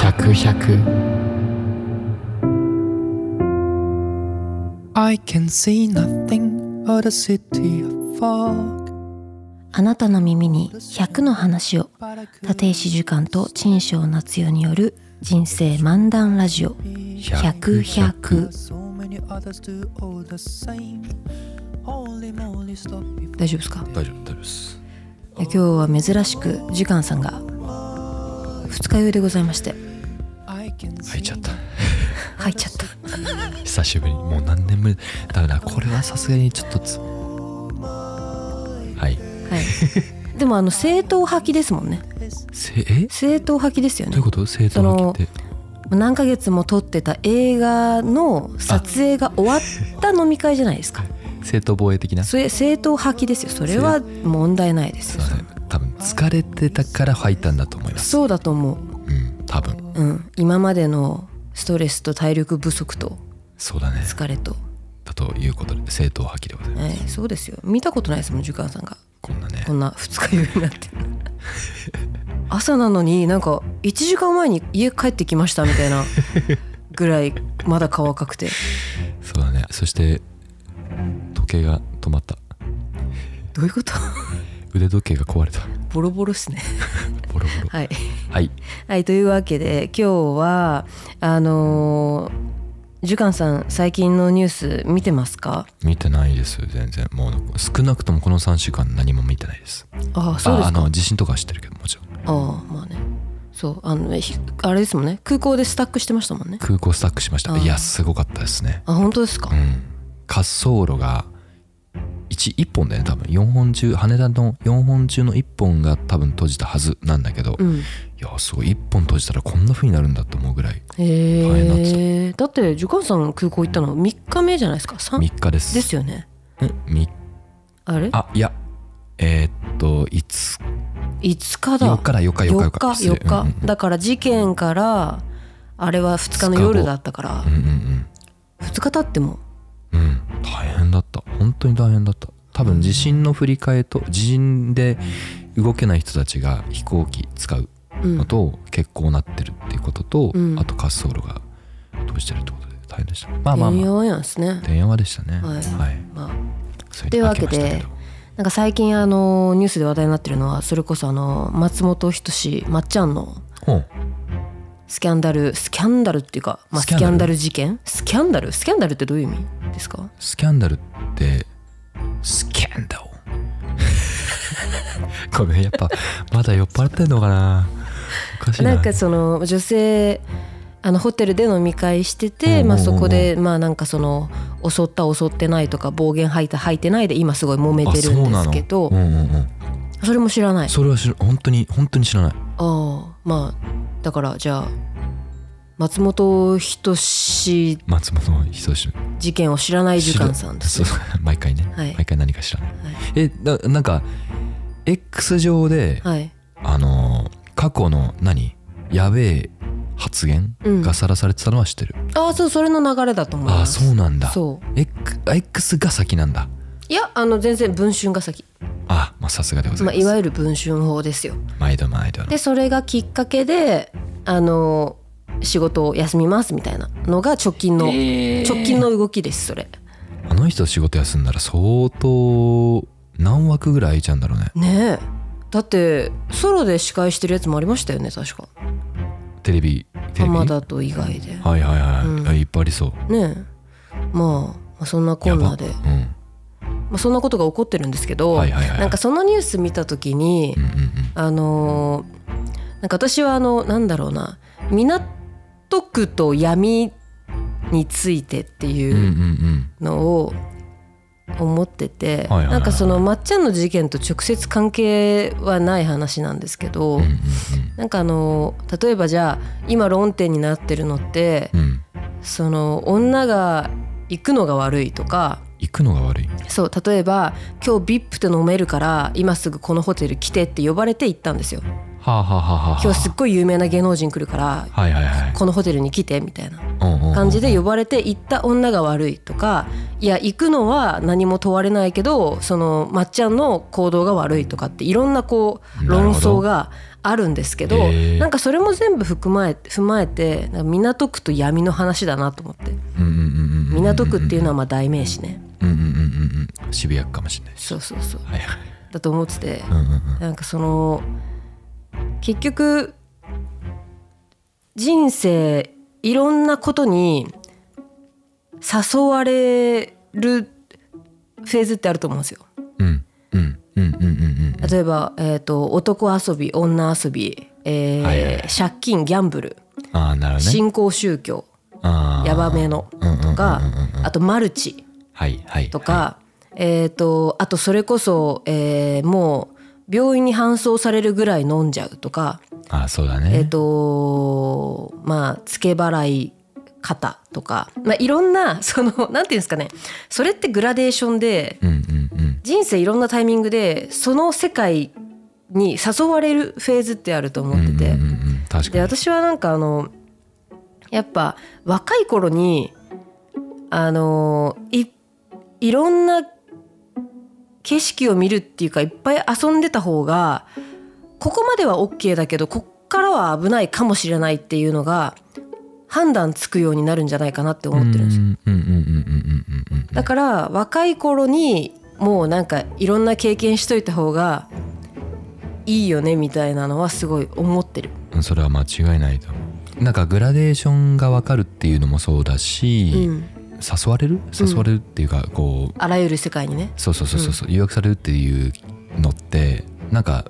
百百 I can see nothing but a city of fog. あなたの耳に100の話を But I could 立石寿貫と陳章夏代による人生漫談ラジオ be 100 100 so many others do all the same. Holy moly, stop before 大丈夫ですか大丈夫大丈夫ですいや今日は珍しく寿貫さんが二日酔いでございまして I can 入っちゃ see った入っちゃった久しぶりにもう何年ぶりだからこれはさすがにちょっとつはいはい でもあの正統派きですもんねせえ正統派きですどうよねいうこと生徒の時って何ヶ月も撮ってた映画の撮影が終わった飲み会じゃないですか正当防衛的なそれ正統派きですよそれは問題ないですすいません多分疲れてたから入ったんだと思いますそうだと思ううん多分うん、今までのストレスと体力不足とそうだね疲れと、だということで正当破棄でございます、ええそうですよ見たことないですもん寿貫さんがこんなねこんな二日酔いになって 朝なのになんか1時間前に家帰ってきましたみたいなぐらいまだ顔赤くてそうだねそして時計が止まったどういうこと腕時計が壊れたボロボロっすねボロボロはい、はいはい、というわけで今日はあのー、寿貫さん最近のニュース見てますか見てないです全然もう少なくともこの3週間何も見てないですああそうですかああの地震とかは知ってるけどもちろんああまあねそうあのひあれですもんね空港でスタックしてましたもんね空港スタックしましあたーいやすごかったですねあ本当ですか、うん滑走路が 1, 1本だよね多分4本中羽田の4本中の1本が多分閉じたはずなんだけど、ういん、やすごい1本閉じたらこんな風になるんだと思うぐらいへ大変だったえだって寿貫さん空港行ったの3日目じゃないですか三3日ですですよねんみあれあいやえーっといつ5日だ4日だ4日4日4 4日日失礼4日うんうんだから事件からあれは2日の夜だったからうんうん2日経ってもうんうん大変だった本当に大変だった多分地震の振り替えと地震で動けない人たちが飛行機使ううんのと結構なってるっていうことと、うんあと滑走路が閉じてるってことで大変でしたまあまあ微まあ妙やんすね電話でしたねはいはいまあそれというわけで明ましたどなんか最近あのニュースで話題になってるのはそれこそあの松本人志まっちゃんのほうスキャンダルスキャンダルっていうか、まあ、ススキキャンダルャンダル事件スキャンダルスキャンダルってどういう意味ですかスキャンダルってスキャンダル ごめんやっぱまだ酔っ払ってんのかなおかしいななんかその女性あのホテルで飲み会してて、まあ、うんうんそうんうんこでまあなんかその襲った襲ってないとか暴言吐いた吐いてないで今すごい揉めてるんですけどあそそうなのうんうんうんれも知らないあそれは知ら本当に本当に知らないあまあだからじゃあ松本人志松本人志事件を知らない時間さんですそうそう毎回ね、はい毎回何か知らない、はいえななんか X 上で、はいあのー過去の何やべえ発言うんがさらされてたのは知ってる、ああそうそれの流れだと思いあまあすそうなんだそう X, X が先なんだいやあの全然文春が先あまあさすがでございままあ、す、いわゆる文春法ですよ。毎度毎度のでそれがきっかけであの仕事を休みますみたいなのが直 近の、直近の動きですそれ。あの人仕事休んだら相当何枠ぐらい空いちゃうんだろうねねえだってソロで司会してるやつもありましたよね確かテレビテレビ浜田と以外で。はいはいはい、うんあいっぱいありそうねえまあまあそんなこんなでや、ばうんまあ、そんなことが起こってるんですけど、はいはいはいなんかそのニュース見た時に、うんうんうんあのーなんか私はあのなんだろうな港区と闇についてってうんうんういうんのを思ってはいて、はいはいなんかそのまっちゃんの事件と直接関係はない話なんですけど、うんうんなんかあのー例えばじゃあ今論点になってるのって、うんうんその女が行くのが悪いとか行くのが悪いそう例えば今日 VIP って飲めるから今すぐこのホテル来てって呼ばれて行ったんですよ。はあはあはあはあ今日すっごい有名な芸能人来るからはいはいはいこのホテルに来てみたいなうんうんうん感じで呼ばれて行った女が悪いとかいや行くのは何も問われないけどそのまっちゃんの行動が悪いとかっていろんなこうなるほ論ど争があるんですけどへなーんかそれも全部含まえ踏まえてなんか港区と闇の話だなと思ってうんうんうんうん港区っていうのはまあ代名詞ねうんうんうんうんうん渋谷区かもしれないしそうそうそうはいはいだと思っててうんうんうんなんかその結局人生いろんなことに誘われるフェーズってあると思うんですよ。うんうんうんうんうんうん例えば、えー、と男遊び女遊び、えーはいはいはい借金ギャンブルああなるほどね新興宗教あーヤバめのうんうんうんうんうんとかあとマルチはいはいとか、えー、とあとそれこそ、えーもう病院に搬送されるぐらい飲んじゃうとか。ああそうだねえっ、とまあ付け払い方とか、まあ、いろんな そのなんていうんですかねそれってグラデーションでうんうんうん人生いろんなタイミングでその世界に誘われるフェーズってあると思っうんてて、うんうんうん、確でかに私はなんかあのやっぱ若い頃にあのいいろんな景色を見るっていうかいっぱい遊んでた方がここまでは OK だけどこっからは危ないかもしれないっていうのが判断つくようになるんじゃないかなって思ってるんですうよ。んうんうんうんうんうんうんだから若い頃にもうなんかいろんな経験しといた方がいいよねみたいなのはすごい思ってる。うんそれは間違いないと思うなんかグラデーションが分かるっていうのもそうだし、うん、誘われる誘われるっていうか、こうあらゆる世界にね。そうそうそうそうそう誘惑されるっていうのってなんか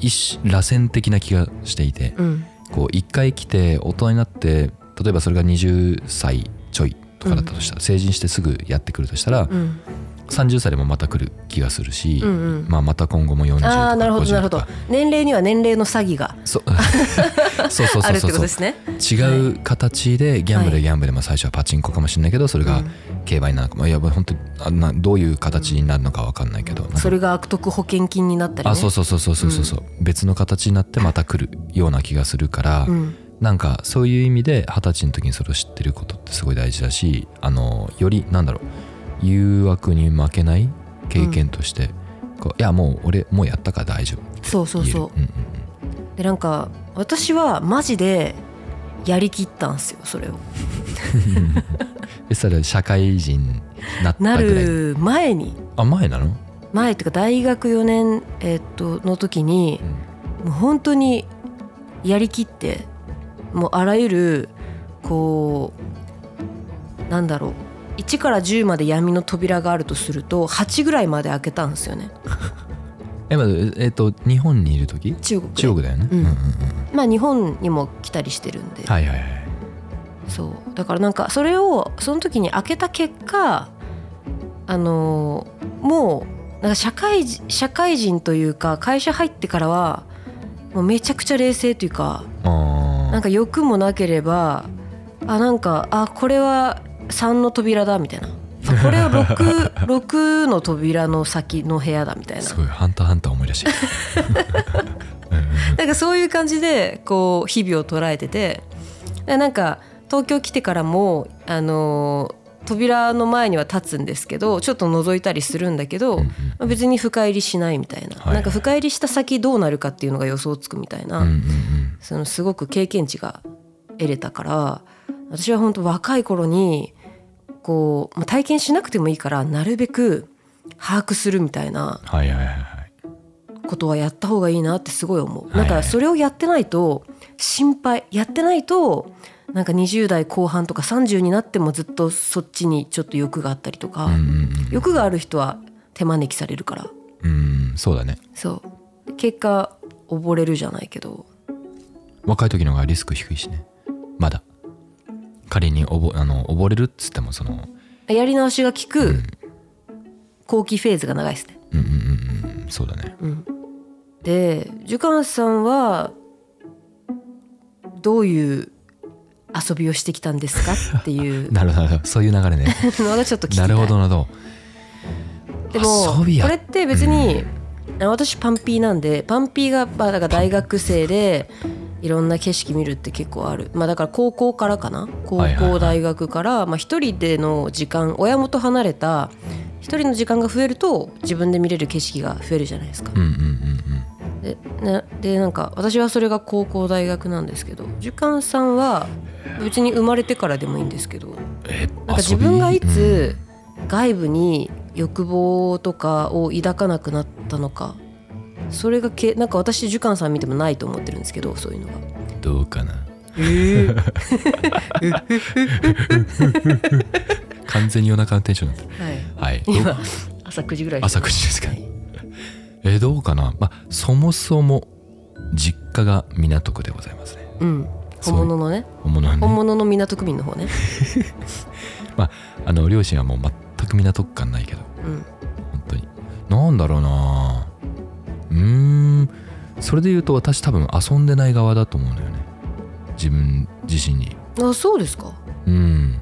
一種螺旋的な気がしていて、うんこう一回来て大人になって例えばそれが20歳ちょいとかだったとしたら、成人してすぐやってくるとしたら、うん30歳でもまた来る気がするし、うんうんまあ、また今後も40とあかあなるほどなる50ほとどか年齢には年齢の詐欺がそう そうそうあそうるってそことうですね違う形でギャンブルはギャンブルでも最初はパチンコかもしれないけどそれが競売なのかもいや本当にあなどういう形になるのか分かんないけどなんかそれが悪徳保険金になったりねあそうそうそうそうそうそうそう別の形になってまた来るような気がするから、うんなんかそういう意味で二十歳の時にそれを知ってることってすごい大事だしあのよりなんだろう誘惑に負けない経験として、こういやもう俺もうやったから大丈夫ってそうそうそう言えるでなんか私はマジでやりきったんすよそれをうんうんうんえそれ社会人になったなぐらいる前にあ前なの、前っていうか大学4年、えっとの時にうんもう本当にやりきってもうあらゆるこうなんだろう1から10まで闇の扉があるとすると8ぐらいまで開けたんですよねえまずえっ、と日本にいる時中国で中国だよね、うんうんうんうんまあ日本にも来たりしてるんで、はいはいはいそうだからなんかそれをその時に開けた結果あのーもうなんか社会人社会人というか会社入ってからはもうめちゃくちゃ冷静というかあなんーか欲もなければあなんかあこれは3の扉だみたいなあこれは 6, 6の扉の先の部屋だみたいなすごい「ハンターハンター」思い出してき たうんうんなんかそういう感じでこう日々を捉えててでなんか東京来てからもあのー扉の前には立つんですけどちょっと覗いたりするんだけど、うんまあ別に深入りしないみたいな、はいなんか深入りした先どうなるかっていうのが予想つくみたいな、うんうんうんそのすごく経験値が得れたから私は本当若い頃にこう、まあ体験しなくてもいいからなるべく把握するみたいなはいはいはいはいことはやった方がいいなってすごい思う。はないんかそれをやってないと心配やってないとなんか20代後半とか30になってもずっとそっちにちょっと欲があったりとか、うんうんうん欲がある人は手招きされるからうんそうだねそう結果溺れるじゃないけど若い時の方がリスク低いしねまだ仮におぼあの溺れるっつってもそのやり直しが効く後期フェーズが長いですね。うんうんうんうんそうだねでジュカンさんはどういう遊びをしてきたんですかっていう なるほどなるほどそういう 流れねのがちょっと聞きたいなるほどなるほどでも遊びやこれって別にあ私パンピーなんでパンピーがまあだから大学生でいろんな景色見るって結構あるまあだから高校からかな高はいはいは校い大学からまあ一人での時間親元離れた一人の時間が増えると自分で見れる景色が増えるじゃないですかうんうんうんで,、ね、でなんか私はそれが高校大学なんですけど寿貫さんは別に生まれてからでもいいんですけどえな遊んか自び分がいつ外部に欲望とかを抱かなくなったのかそれがけなんか私寿貫さん見てもないと思ってるんですけどそういうのが。うんどうかな 完全に夜中のテンションになってるはい、はい今朝9時ぐらい朝9時ですかはいえどうかなまあそもそも実家が港区でございますねうんそう本物のね本物はね本物の港区民の方ね、あの両親はもう全く港区感ないけどう本ん、当になんだろうなうーんそれで言うと私多分遊んでない側だと思うのよね自分自身にあそうですかうん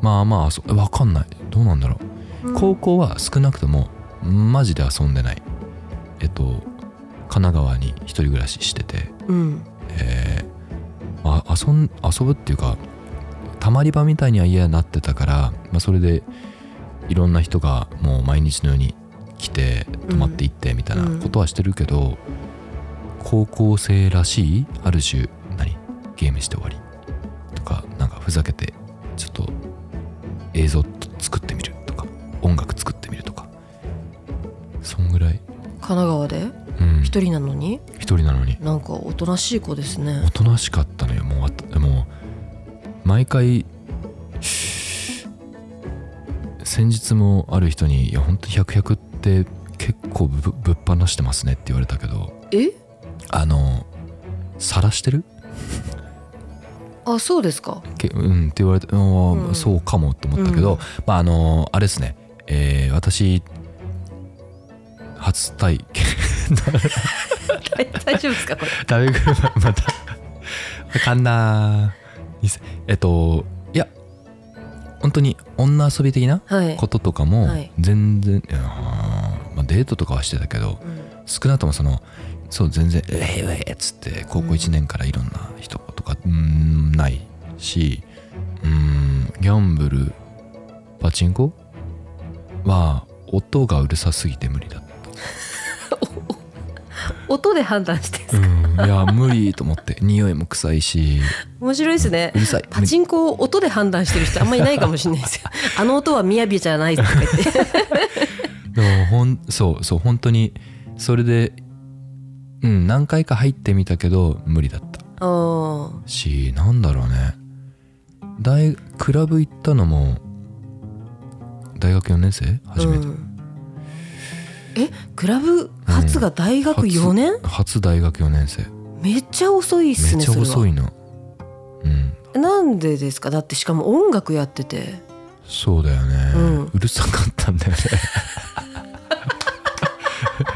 まあまあ遊わかんないどうなんだろうんう高校は少なくともマジで遊んでないえっと神奈川に一人暮らししててうんえーまあ、遊ん遊ぶっていうかたまり場みたいには家になってたから、まあ、それでいろんな人がもう毎日のように来て泊まっていってみたいなことはしてるけど、高校生らしいある種何ゲームして終わりとかなんかふざけてちょっと映像作ってみるとか音楽作ってみるとかそんぐらい、神奈川でうん、一人なのに一人なのになんかおとなしい子ですねおとなしかったのよもうあともう毎回先日もある人に「いや本当に100 100って結構ぶぶっ放してますね」って言われたけどえあの「晒してるあそうですかけうん」って言われて「うんうんそうかも」と思ったけど、うんまああのあれですね、えー私初体験大 大丈夫ですかこれ食べ車またあかんなー2000えっといや本当に女遊び的なはいこととかもはい全然、いやーまあ、デートとかはしてたけどうん少なくともそのそう全然「うえうえ」っつって高校1年からいろんな人とかうーんないしうーんギャンブルパチンコは音がうるさすぎて無理だった音で判断してるんですかいや無理と思って匂いも臭いし面白いですねうるさいパチンコを音で判断してる人あんまりいないかもしれないです よあの音は雅じゃないとか言ってでもほんそうそう本当にそれでうん何回か入ってみたけど無理だったあーしなんだろうね大クラブ行ったのも大学4年生 初めて、うんえクラブ初が大学4年、初大学4年生めっちゃ遅いっすめっねちゃそれ遅はいのうんなんでですかだってしかも音楽やっててそうだよね、ううんるさかったんだよね 聞いた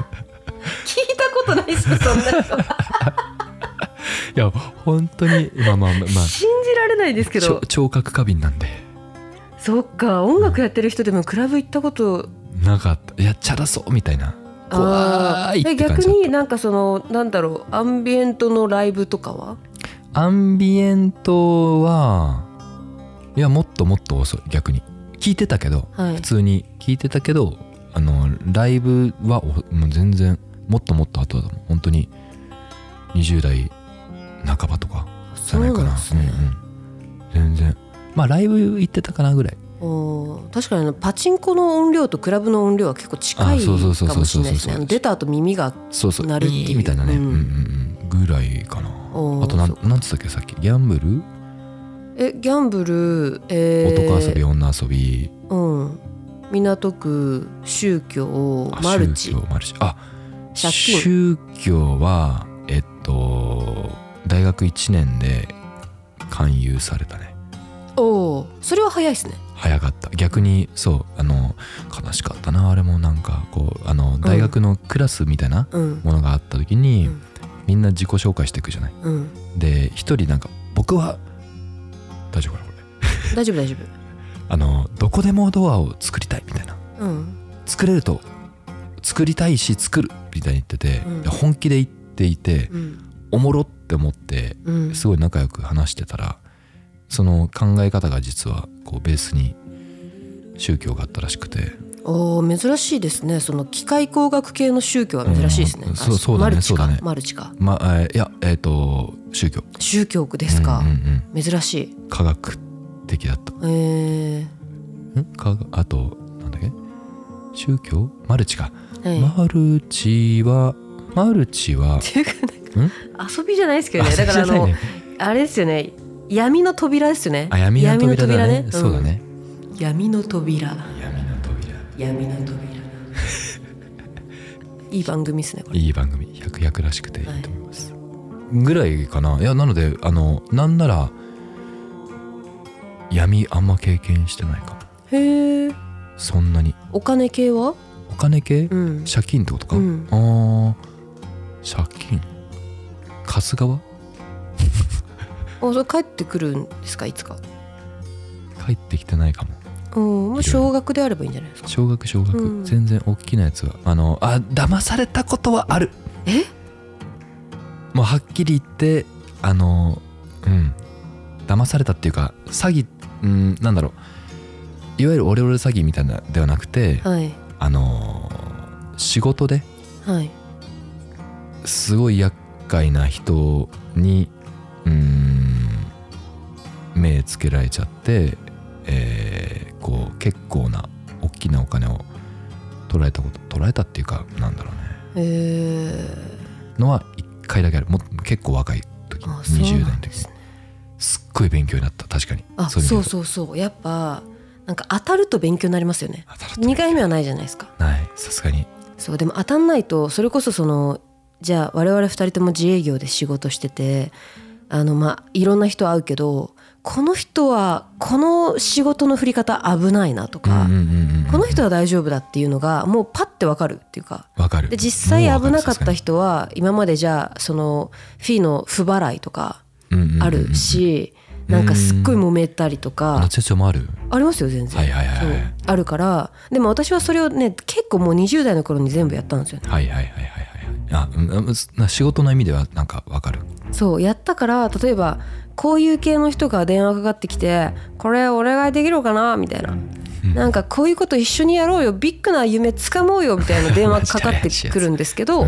ことないっすよそんな 人いや本当にまあまあまあ、まあ信じられないですけちょど聴覚過敏なんでそっか音楽やってる人でもクラブ行ったことなかったいやチャラそうみたいなあ怖ーいっえて感逆じだったになんかそのなんだろうアンビエントのライブとかはアンビエントはいやもっともっと遅い逆に聞いてたけどはい普通に聞いてたけどあのライブはおもう全然もっともっと後だと思う本当に20代半ばとかじゃないかなそうなんですねうんうん、全然まあライブ行ってたかなぐらいおー確かにあのパチンコの音量とクラブの音量は結構近いあかそうそうそうそもうしそうそうれないですねあの出た後耳がそうそうなるっていういみたいなね、ううんん、うんうんぐらいかなおーあとなそんなんつったっけさっきギャンブル、えギャンブル、えー、男遊び女遊びうん港区宗教あマルチ宗教マルチあ借金宗教はえっと大学1年で勧誘されたねおーそれは早いですね早かった逆にそうあの悲しかったなあれもなんかこうあの大学のクラスみたいなうんものがあった時に、うんみんな自己紹介していくじゃないうんで一人なんか「僕は大丈夫かなこれ大丈夫大丈あのどこでもドアを作りたい」みたいな夫うん作れると作りたいし作るみたいに言ってて、うんで本気で言っていてうんおもろって思ってうんすごい仲良く話してたらその考え方が実はこうベースに宗教があったらしくておー珍しいですねその機械工学系の宗教は珍しいですね、うんあそうそうだねマルチそうだか、ねマルチかまあえーいやえっ、と宗教宗教区ですかうん、うん珍しいうん科学的だったえーん科学あとなんだっけ宗教マルチか、はいマルチはマルチはっていうかなんか遊びじゃないですけどねだからあ の、あね、あれですよね闇の扉ですよねあ闇の扉だね闇の扉ねそうだね、うん闇の扉闇の扉闇の扉 いい番組ですねこれいい番組百役らしくていいと思います、ぐらいかないやなのであのなんなら闇あんま経験してないかもへえそんなにお金系はお金系、うん借金ってことか、うんあー借金春日はおそれ帰ってくるんですかいつか帰ってきてないかもうんもう少額であればいいんじゃないですか小学小学、うん全然大きなやつはあのあ騙されたことはあるえもうはっきり言ってあのうん騙されたっていうか詐欺うんなんだろういわゆるオレオレ詐欺みたいなではなくてはいあの仕事ではいすごい厄介な人にうん目つけられちゃって、えーこう結構な大きなお金を取られたこと取られたっていうかなんだろうねえー、のは一回だけあるもう結構若い時あそう20な代んので時すにねすっごい勉強になった確かにあそううそうそうやっぱなんか当たると勉強になりますよね2 2回目はないじゃないですかないさすがにそうでも当たんないとそれこそそのじゃあ我々2人とも自営業で仕事しててあのまあいろんな人会うけどこの人はこの仕事の振り方危ないなとか、この人はは大丈夫だっていうのがもうパッてわかるっていうかわかるで実際危なかった人人は今までじゃあそのフィーの不払いとかあるし、うんうんうんなんかすっごい揉めたりとあかの、先生もあるありますよ全然、はいはいはいそはいうあるからでも私はそれをね結構もう20代の頃に全部やったんですよねはいはいはいはいはいあうんうんな仕事の意味ではなんかわかるそうやったから例えばこういう系の人が電話かかってきて「これお願いできるかな?」みたいな。なんかこういうこと一緒にやろうよビッグな夢つかもうよみたいな電話かかってくるんですけど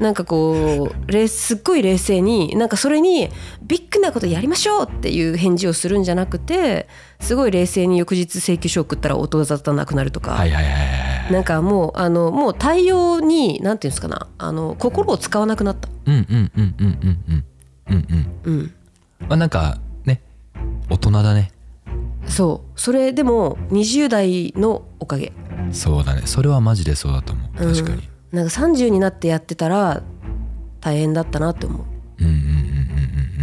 なんかこうれいすっごい冷静になんかそれにビッグなことやりましょうっていう返事をするんじゃなくてすごい冷静に翌日請求書を送ったら音が立たなくなるとか、はいはいはいはいはいなんかもうあのもう対応に何て言うんですかなあの心を使わなくなった。うんうんうんうんうんうんうんうんうんまあなんかね大人だねそうそれでも20代のおかげそうだねそれはマジでそうだと思う確かになんか30になってやってたら大変だったなって思ううんうんうんうんうんう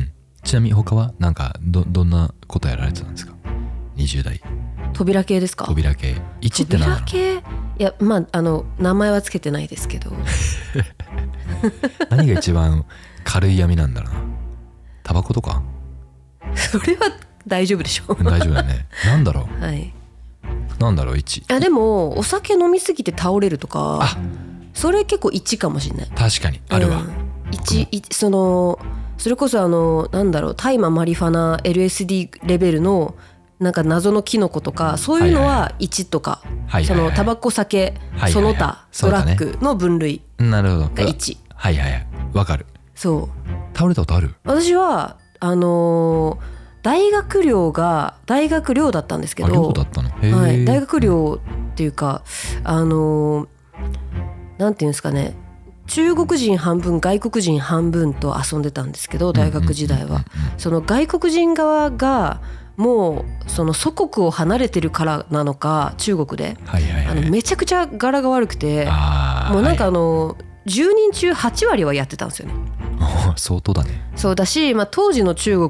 んちなみに他はなんかどどんなことやられてたんですか20代扉系ですか扉系1ってなんだろう扉系いやまああの名前はつけてないですけど 何が一番軽い闇なんだろうなタバコとかそれは大丈夫でしょ大丈夫だよ ねなんだろはいいうなんだろう1やでもお酒飲みすぎて倒れるとかあそれ結構1かもしれない確かにあるわ、うん、一一そのそれこそあのなんだろう大麻マリファナ LSD レベルのなんか謎のキノコとかそういうのはいは1とか、はいはいはいそのタバコ酒、いはいその他そうドだラねッグの分類なるほどがうわ1はいはいはいわかるそう倒れたことある私はあのー大学寮が大学寮だったんですけあ両ど方だったのへーはい、大学寮っていうかあのーなんていうんですかね中国人半分外国人半分と遊んでたんですけど大学時代は、その外国人側がもうその祖国を離れてるからなのか中国ではいはいあはいのめちゃくちゃ柄が悪くてあーもうなんかはあの10人中8割はやってたんですよね。い もう相当だねそうだし、まあ、当時の中国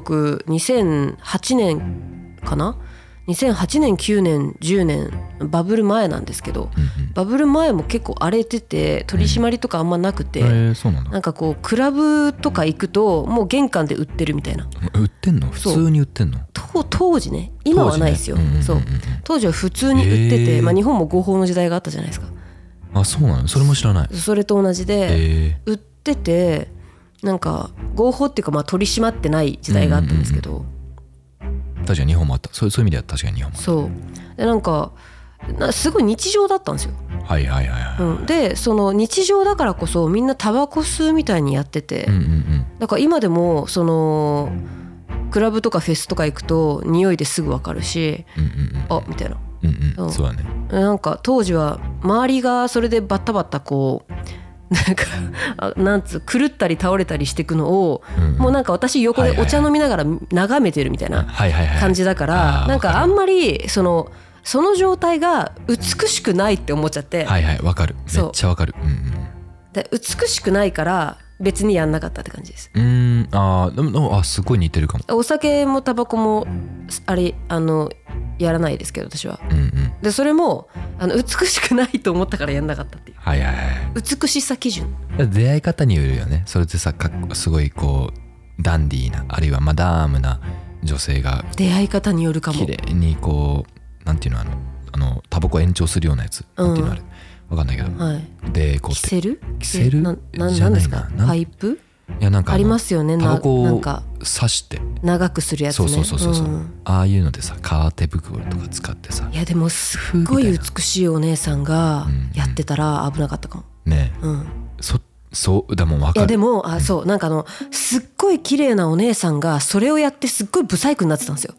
2008年かな2008年9年10年バブル前なんですけどうんバブル前も結構荒れてて取り締まりとかあんまなくて、うんへーそうなんだなんかこうクラブとか行くともう玄関で売ってるみたいな売ってんの普通に売ってんのと当時ね今はないですよ、当時ねそう当時は普通に売ってて、へーまあ、日本も合法の時代があったじゃないですかあそうなのそれも知らないそれと同じで、え売っててなんか合法っていうかまあ取り締まってない時代があったんですけど、ー確かに日本もあったそうそういう意味では確かに日本もそうでなんかなすごい日常だったんですよ、はいはいはいはい、うん、でその日常だからこそみんなタバコ吸うみたいにやってて、うんうんうんだから今でもそのクラブとかフェスとか行くと匂いですぐ分かるしうんうんあみたいなうんうんそううんそうだねなんか当時は周りがそれでバッタバッタこうなんかあなんつう狂ったり倒れたりしていくのをもうなんか私横でお茶飲みながら眺めてるみたいなはいはいはい感じだかあら、ーなわんかかるあんまりそのその状態が美しくないって思っちゃって、はいはいわかるめそうっちゃわかるうんで美しくないから別にやんなかったって感じですうんうーんあーでもでもあすごい似てるかもお酒もタバコもすあれあのやらないですけど私はうんうんでそれもあの美しくないと思ったからやんなかったっていうはいはいはい美しさ基準出会い方によるよねそれってさかっこすごいこうダンディーなあるいはマダームな女性が出会い方によるかも綺麗にこうなんていうのあのあのタバコ延長するようなやつ、うんなんていうのあれわかんないけど、はいでこうキセルキセルななじゃなんないですなかなんパイプいやなんかのありますよねタなバコなんをか刺して長くするやつそうねそうそうそうそう、んああいうのでさカーテ袋とか使ってさいやでもすっごい美しいお姉さんがやってたら危なかったかも、ねうん、そそうだもんわいかやるでもあそうなんかあのすっごい綺麗なお姉さんがそれをやってすっごいブサイクになってたんですよ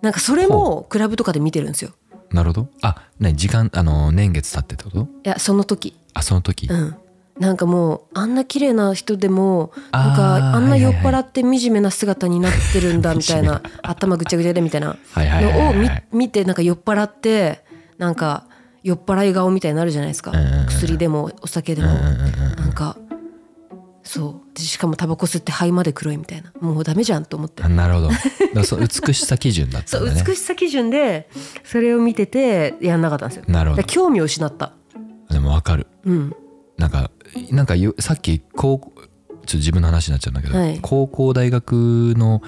なんかそれもクラブとかで見てるんですよなるほどあ何時間あの年月経ってってこといやその時あその時、うんなんかもうあんな綺麗な人でもなんあーかあんなはい酔はっいはい払って惨めな姿になってるんだみたいな頭ぐちゃぐちゃでみたいなはいはいはいのはをい見はい見てなんか酔っ払ってなんか酔っ払い顔みたいになるじゃないですかうんうんうん薬でもお酒でうもんうんうんなんかそうでしかもタバコ吸って肺まで黒いみたいなもうダメじゃんと思ってあなるほどだからその美しさ基準だった そんうだね美しさ基準でそれを見ててやんなかったんですよなるほどだから興味を失ったでもわかるうんなんかなんかよさっき高校ちょっと自分の話になっちゃうんだけど、はい高校大学の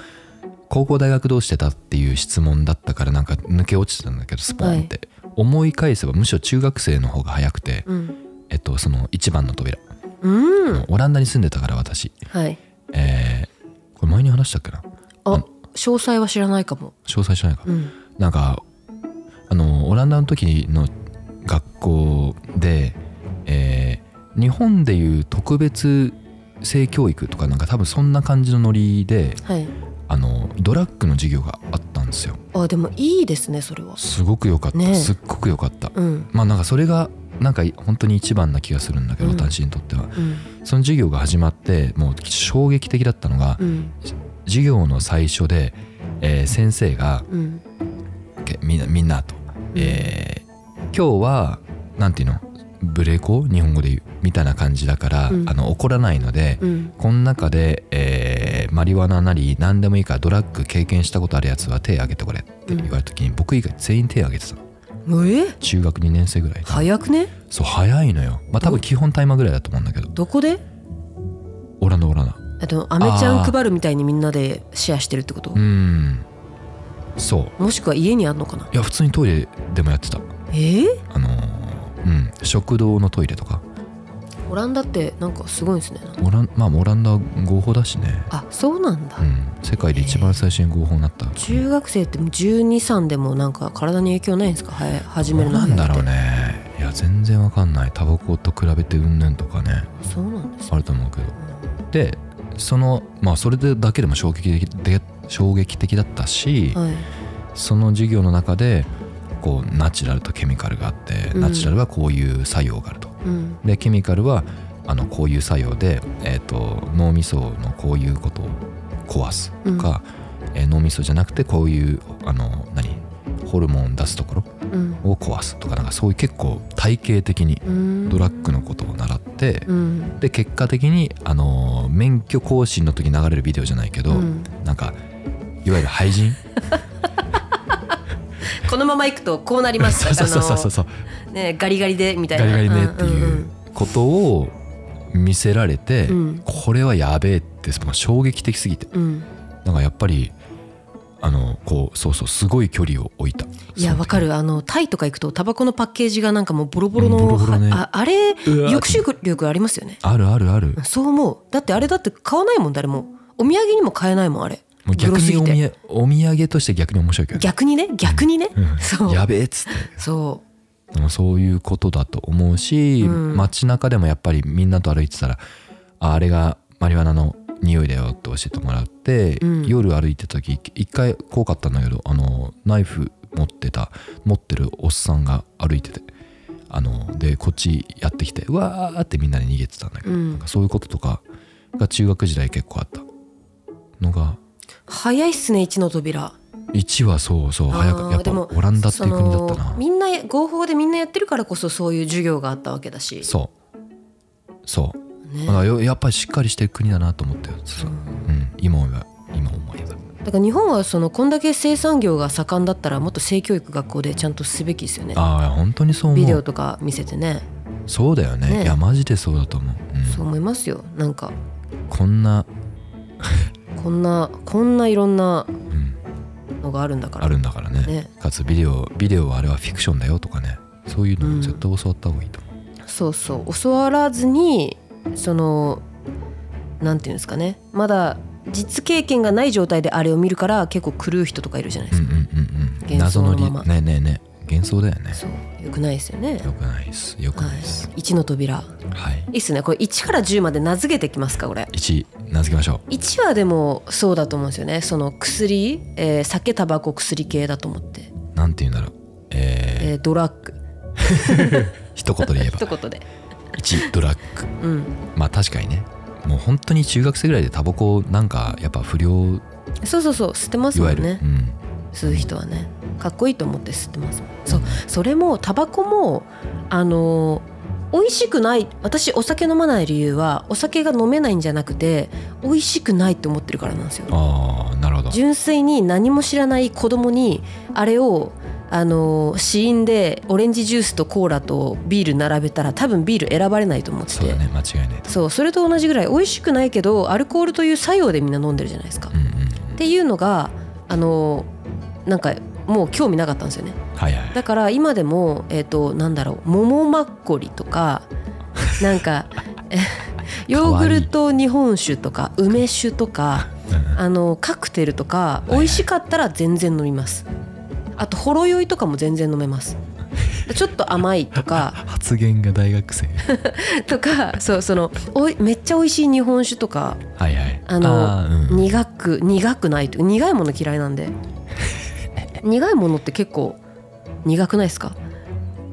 高校大学どうしてたっていう質問だったからなんか抜け落ちてたんだけどスポンって、思い返せばむしろ中学生の方が早くて、うんえっと、その一番の扉、うんオランダに住んでたから私はいえーこれ前に話したっけなあ詳細は知らないかも詳細じゃないか、うんなんかあのオランダの時の学校で、えー日本でいう特別性教育とかなんか多分そんな感じのノリではいあのドラッグの授業があったんですよあでもいいですねそれはすごく良かった、ねえすっごく良かったうんまあなんかそれがなんか本当に一番な気がするんだけど、うん私にとってはうんその授業が始まってもう衝撃的だったのが、うん授業の最初で、えー先生が「うんけみんなみんなと、えー今日はなんていうの無礼講日本語で言うみたいな感じだから、うんあの怒らないので、うんこの中で、えーマリワナなり何でもいいからドラッグ経験したことあるやつは手挙げてこれって言われた時に、僕以外全員手挙げてたのえ中学2年生ぐらいで早くねそう早いのよまあ多分基本タイマーぐらいだと思うんだけどどこでオランダオランダあとアメちゃん配るみたいにみんなでシェアしてるってことうんそうもしくは家にあんのかないや普通にトイレでもやってたえーあのーうん食堂のトイレとかオランダってなんかすごいですねオランまあオランダは合法だしねあそうなんだ、うん、世界で一番最初に合法になった、中学生って1 2 3でもなんか体に影響ないんですかはや始めるのな早んくてだろうねいや全然わかんないタバコと比べてうんぬんとかねそうなんですあると思うけどでそのまあそれでだけでも衝撃的で衝撃的だったし、はいその授業の中でこうナチュラルとケミカルがあって、うんナチュラルはこういう作用があるとうんでケミカルはあのこういう作用で、えー、と脳みそのこういうことを壊すとか、えー脳みそじゃなくてこういうあの何ホルモン出すところうんを壊すとかなんかそういう結構体系的にうんドラッグのことを習って、うんで結果的にあの免許更新の時に流れるビデオじゃないけど、うんなんかいわゆる廃人このままいくとこうなります そうそうそうそうそうあのねガリガリでみたいガなリガリねっていうことを見せられて、うんこれはやべえってもう衝撃的すぎてうんうんうんなんかやっぱりあのここうそうそうすごい距離を置いたいやわかるあのタイとか行くとタバコのパッケージがなんかもうボロボロの、うんボロボロねああれうわ抑止力ありますよねあるあるあるそう思うだってあれだって買わないもん誰もお土産にも買えないもんあれもうグ逆ロにすぎおみてやお土産として逆に面白いけどね逆にね逆にね、うんそうやべえっつってそでもそういうことだと思うし、うん街中でもやっぱりみんなと歩いてたらああれがマリファナの匂いだよって教えてもらって、うん夜歩いてた時一回怖かったんだけどあのナイフ持ってた持ってるおっさんが歩いててあのでこっちやってきてうわーってみんなで逃げてたんだけど、うんなんかそういうこととかが中学時代結構あったのがう早いっすね一の扉1はそうそう早あかーやっぱでもオランダっていう国だったそのなみんな合法でみんなやってるからこそそういう授業があったわけだしそうそうねだからよやっぱりしっかりしてる国だなと思ったよ、そううん、今思えば今思えばだから日本はそのこんだけ生産業が盛んだったらもっと性教育学校でちゃんとすべきですよねああ本当にそうビ思デオうとか見せてねそうだよねねいやマジでそうだと思う,、そう思いますよなんかうん、こんな、こんなこんないろんなうん、のがあるんだからあるんだからねねかつビデオビデオはあれはフィクションだよとかねそういうのうんも絶対教わった方がいいと思う、そうそう教わらずにそのなんていうんですかねまだ実経験がない状態であれを見るから結構狂う人とかいるじゃないでうん、すうんか、うんうん幻謎想ののまりまねえねえねえ幻想だよねそうよくないですよねよくないですよくはないいです、 1の扉はい、いいっすねこれ1から10まで名付けてきますかこれ1名付けましょ1はでもそうだと思うんですよねその薬、えー酒タバコ薬系だと思って、うなんて言うんだろうえーえードラッグ一言で言えば 一言で1ドラッグうんまあ確かにねもう本当に中学生ぐらいでタバコなんかやっぱ不良そうそうそう吸ってますいもわんゆる、ねうん、吸う人はねかっこいいと思って吸ってますもんそうそれもタバコもあのー美味しくない私お酒飲まない理由はお酒が飲めないんじゃなくて美味しくないって思ってるからなんですよああなるほど純粋に何も知らない子供にあれをあの試飲でオレンジジュースとコーラとビール並べたら多分ビール選ばれないと思っててそうだね間違いないとそうそれと同じぐらい美味しくないけどアルコールという作用でみんな飲んでるじゃないですか。うんうんうんっていうのがあのなんかもう興味なかったんですよねはいはいだから今でもえっ、となんだろう桃まっこりとかなん かえヨーグルト日本酒とか梅酒と か。うんあのカクテルとかいは美い味しかったら全然飲みますあとほろ酔いとかも全然飲めますちょっと甘いとか発言が大学 生とかそうそのおいめっちゃ美味しい日本酒とかはいはいあのーうん苦く苦くないと苦いもの嫌 いなんで苦いものって結構苦くないですか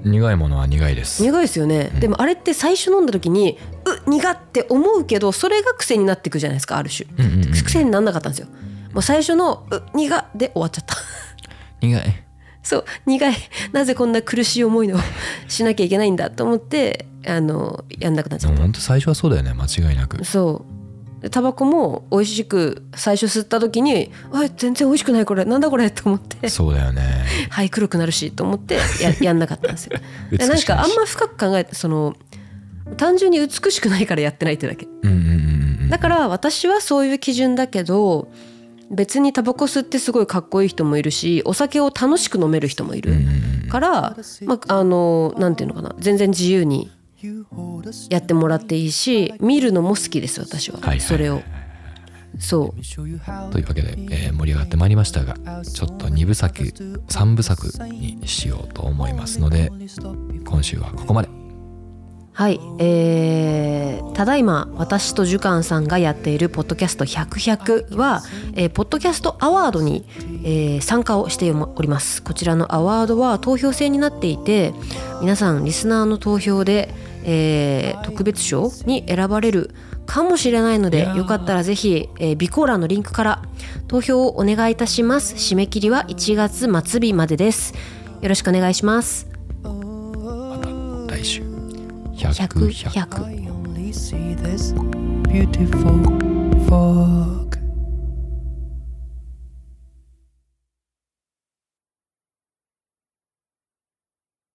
苦いものは苦いです苦いですよね、うんでもあれって最初飲んだ時にう苦って思うけどそれが癖になってくじゃないですかある種うんうんうん癖になんなかったんですよもう最初のう苦で終わっちゃった 苦いそう苦いなぜこんな苦しい思いをしなきゃいけないんだと思ってあのやんなくなっちでゃっもた、本当最初はそうだよね間違いなくそうでタバコも美味しく最初吸った時に「あ全然美味しくないこれなんだこれ」と思ってそうだよねはい黒くなるしと思ってや やんなかったんですよ美でなんしくかないあんしま深く考えてその単純に美しくないからやってないってだけうんうんうんうんだから私はそういう基準だけど別にタバコ吸ってすごいかっこいい人もいるしお酒を楽しく飲める人もいる、うんうんうんから、まあ、あのなんていうのかな全然自由にやってもらっていいし見るのも好きです私は、いはいそれをそう というわけで、えー盛り上がってまいりましたがちょっと2部作3部作にしようと思いますので今週はここまではいえーただいま私とジュカンさんがやっているポッドキャスト「100/100」は、えーポッドキャストアワードに、えー参加をしておりますこちらのアワードは投票制になっていて皆さんリスナーの投票で、えー特別賞に選ばれるかもしれないのでよかったらぜひ、えー、備考欄のリンクから投票をお願いいたします締め切りは1月末日までですよろしくお願いしますまた来週100 100 100 100 I only see this beautiful for